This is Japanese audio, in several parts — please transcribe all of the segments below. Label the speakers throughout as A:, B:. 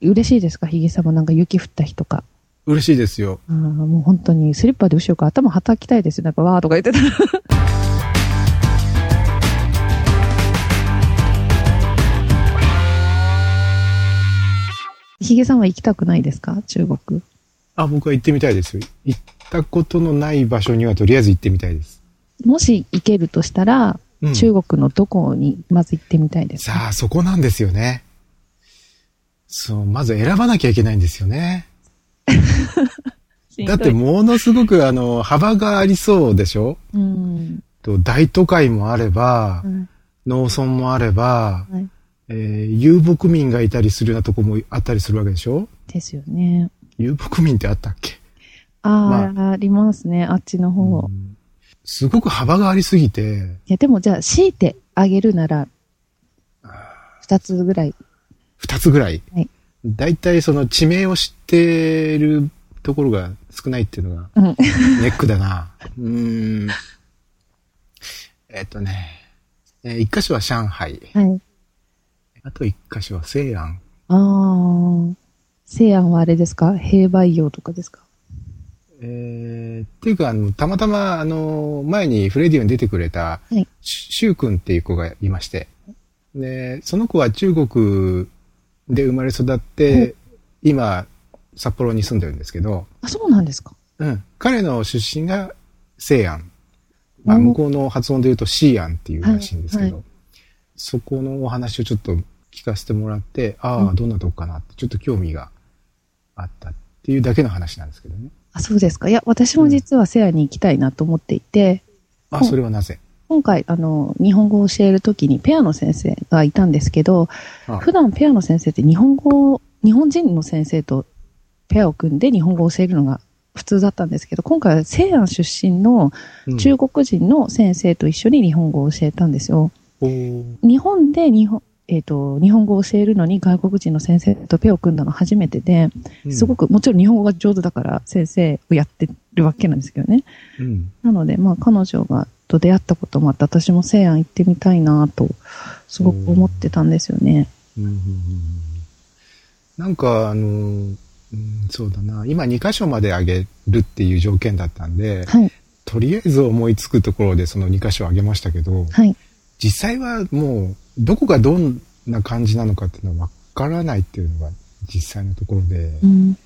A: 嬉しいですかヒゲ様なんか雪降った日とか。
B: 嬉しいですよ。
A: あーもう本当にスリッパで後ろから頭叩きたいですよ。なんかわーとか言ってたら。ヒゲさんは行きたくないですか中国。
B: あ、僕は行ってみたいですよ。行ったことのない場所にはとりあえず行ってみたいです。
A: もし行けるとしたら、
B: うん
A: 中国のどこにまず行ってみたいですか、
B: さあ、そこなんですよね。そう、まず選ばなきゃいけないんですよね。だってものすごくあの、幅がありそうでしょ
A: うん。
B: と大都会もあれば、
A: うん。
B: 農村もあれば、
A: はい。
B: えー遊牧民がいたりするようなとこもあったりするわけでしょ
A: ですよね。
B: 遊牧民ってあったっけ
A: あー、あ、りますね。あっちの方。
B: う
A: い
B: んすごく幅がありすぎて、
A: や、でもじゃあ、強いてあげるなら、二つぐらい。
B: 二つぐらい。
A: はい
B: だいたいその地名を知ってるところが少ないっていう のが
A: うん。
B: ネックだな。うーん。えっとね、えー一箇所は上海。
A: はい。
B: あと一箇所は西安。
A: ああ。西安はあれですか兵培用とかですか
B: えー、っていうか、あの、たまたま、あの、前にフレディオに出てくれた、
A: はい
B: ししゅうくんっていう子がいまして、で、その子は中国で生まれ育って、今、札幌に住んでるんですけど、
A: あ、そうなんですか
B: うん、彼の出身が西安。まあ、
A: おー
B: 向こうの発音で言うと西安っていうらしいんですけど、
A: はいは
B: そこのお話をちょっと聞かせてもらって、あ
A: う
B: あ、どんなとこかなって、ちょっと興味があったっていうだけの話なんですけどね。
A: あ、そうですかいや、私も実は西安に行きたいなと思っていて、
B: あ、それはなぜ
A: 今回、あの、日本語を教えるときにペアの先生がいたんですけど、
B: あ
A: 普段ペアの先生って日本語を、日本人の先生とペアを組んで日本語を教えるのが普通だったんですけど、今回は西安出身の
B: うん
A: 中国人の先生と一緒に日本語を教えたんですよ。
B: おー
A: 日本で日本、えっ、と、日本語を教えるのに外国人の先生とペアを組んだの初めてで、すご
B: く、
A: く、もちろん日本語が上手だから先生をやってるわけなんですけどね。
B: うん
A: なので、まあ、彼女がと出会ったこともあって、私も西安行ってみたいなと、すごく思ってたんですよね。
B: うんうんうんうんなんか、あのー、うんそうだな、今2箇所まで上げるっていう条件だったんで、
A: はい。
B: とりあえず思いつくところでその2箇所上げましたけど、
A: はい。
B: 実際はもう、どこがどんな感じなのかっていうのはわからないっていうのが実際のところで、
A: うん、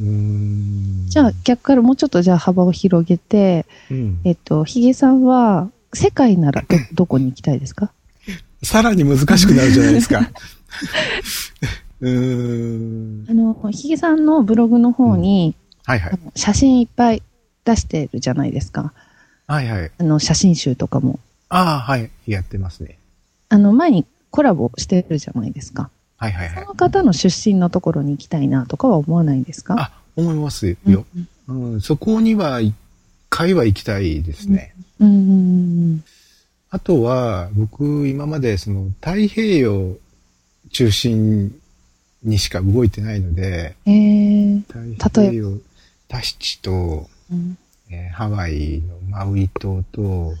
B: うーん
A: じゃあ、逆からもうちょっとじゃあ幅を広げて、
B: うん
A: えっと、ヒゲさんは、世界ならど、どこに行きたいですか
B: さらに難しくなるじゃないで すか。うーん。
A: あの、ヒゲさんのブログの方に、
B: はいはい
A: あ。の写真いっぱい出してるじゃないですか。
B: はいはい。
A: あの、写真集とかも。
B: ああ、はい。やってますね。
A: あの、前にコラボしてるじゃないですか。
B: はいはいは
A: そ
B: い
A: の。方の出身のところに行きたいなとかは思わないんですか
B: あ、思いますよ。
A: うんうん
B: うん、そこには一回は行きたいですね。
A: うんうん
B: あとは、僕、今までその太平洋中心にしか動いてないので、
A: うん。え
B: 太平洋、タヒチと、
A: ーうん
B: えーハワイのマウイ島と、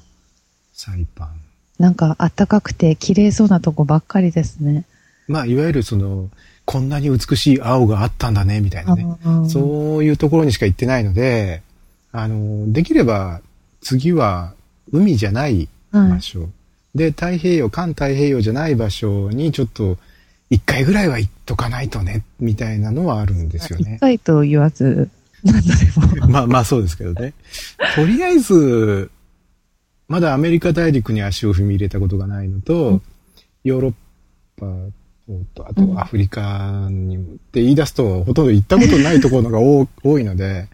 B: サイパン。
A: なんか暖かくて綺麗そうなとこばっかりですね。
B: まあ、いわゆるその、こんなに美しい青があったんだね、みたいなね。
A: う。
B: そういうところにしか行ってないので、あの、できれば次は海じゃない
A: は
B: 場
A: い、
B: 所。で、太平洋、環太平洋じゃない場所にちょっと一回ぐらいは行っとかないとね、みたいなのはあるんですよ
A: 一
B: ね。
A: 回と言わず、何度でも。
B: まあまあそうですけどね。とりあえず、まだアメリカ大陸に足を踏み入れたことがないのと、
A: うん
B: ヨーロッパと、あとアフリカにもって言い出すと、ほとんど行ったことないところのが多 多いので、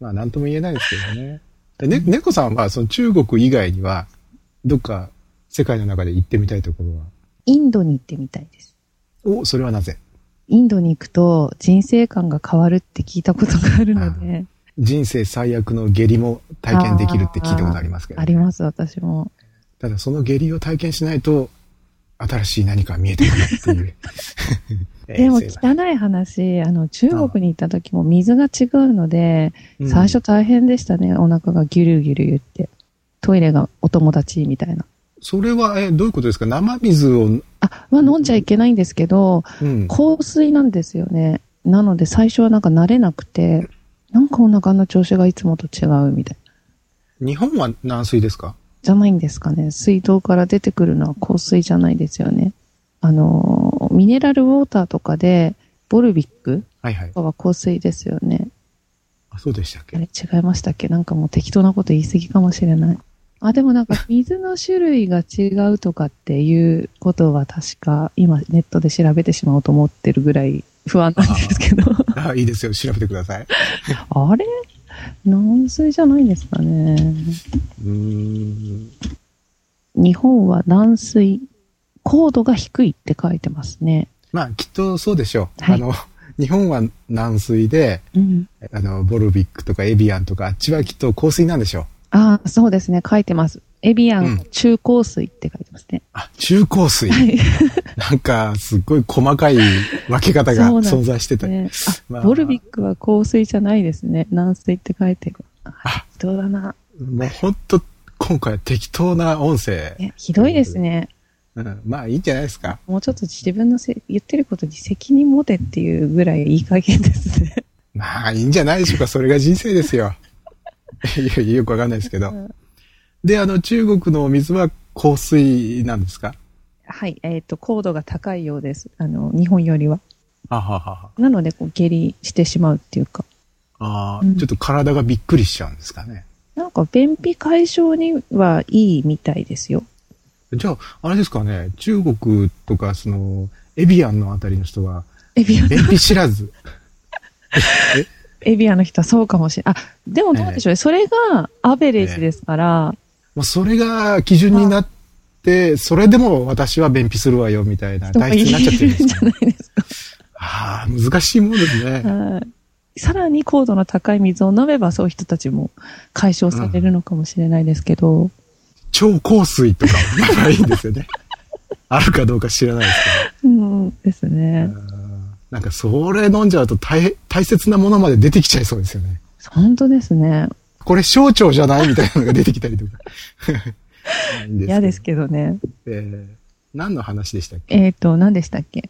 B: まあなんとも言えないですけどね。でね、猫さんはその中国以外には、どっか世界の中で行ってみたいところは、
A: インドに行ってみたいです。
B: お、それはなぜ
A: インドに行くと人生観が変わるって聞いたことがあるので、
B: 人生最悪の下痢も体験できるって聞いたことありますけど、
A: あります、私も。
B: ただその下痢を体験しないと、新しい何かが見えてくるっていう。えー
A: でも
B: そういえば
A: 汚い話、あの、中国に行った時も水が違うので、
B: うん
A: 最初大変でしたね。お腹がギュルギュル言って。トイレがお友達みたいな。
B: それは、え、どういうことですか生水を、
A: あ、は飲んじゃいけないんですけど、
B: うん。
A: 香水なんですよね。なので最初はなんか慣れなくて、なんかお腹の調子がいつもと違うみたいな。
B: 日本は軟水ですか
A: じゃないんですかね。水道から出てくるのは香水じゃないですよね。あのー、ミネラルウォーターとかで、ボルビック
B: はいはい。
A: とかは香水ですよね。
B: あ、そうでしたっ
A: あ
B: け
A: れ違いましたっけなんかもう適当なこと言い過ぎかもしれない。あ、でも なんか水の種類が違うとかっていうことは確か今ネットで調べてしまおうと思ってるぐらい不安なんですけど。
B: あ、いいですよ。調べてください。
A: あれ軟水じゃないですかね。
B: うーん。
A: 日本は軟水、高度が低いって書いてますね。
B: まあ、きっとそうでしょう。
A: はい
B: あの、日本は軟水で、
A: うん。
B: あの、ボルビックとかエビアンとか、あっちはきっと香水なんでしょう。
A: ああ、そうですね。書いてます。エビア
B: うん
A: ン中香水って書いてますね。
B: あ、中香水。
A: はい。
B: なんか、すっごい細かい分け方が
A: そうなんですね
B: 存在してたり。
A: ね、あ、
B: まあ
A: ボルビックは香水じゃないですね。軟水って書いてる。あ
B: あ、
A: どうだな。
B: もうほんと、今回は適当な音声。
A: ねひどいですね。
B: うん、まあ、いいんじゃないですか。
A: もうちょっと自分のせ言ってることに責任持てっていうぐらいいい加減ですね。
B: まあ、いいんじゃないでしょうか。それが人生ですよ。 いやよくわかんないですけど。で、あの、中国のお水は香水なんですか
A: はい。えっ、と、高度が高いようです。あの、日本よりは。
B: あははは。
A: なので、こう、下痢してしまうっていうか。
B: ああ、
A: うん
B: ちょっと体がびっくりしちゃうんですかね。
A: なんか、便秘解消にはいいみたいですよ。
B: じゃあ、あれですかね、中国とか、その、エビアンのあたりの人は、
A: エビアン、
B: 便秘知らず。
A: エビアンの人はそうかもしれない。あ、でもどうでしょうね。それがアベレージですから、
B: もうそれが基準になって、それでも私は便秘するわよ、みたいな
A: 人が
B: 体質になっちゃってるん
A: いるん
B: です
A: じゃ
B: か、
A: な
B: ね、
A: いですか。
B: ああ、難しいもんですね。
A: はいさらに高度の高い水を飲めば、そういう人たちも解消されるのかもしれないですけど。
B: 超香水とか、まあいいんですよね。あるかどうか知らないです
A: うん、です
B: け
A: ね
B: ど。。うんなんか、それ飲んじゃうと大大切なものまで出てきちゃいそうですよね。
A: 本当ですね。
B: これ、小腸じゃないみたいなのが出てきたりとか。 まあいいんですけど
A: 嫌ですけどね。
B: えー何の話でしたっけ
A: えっ、と、何でしたっけ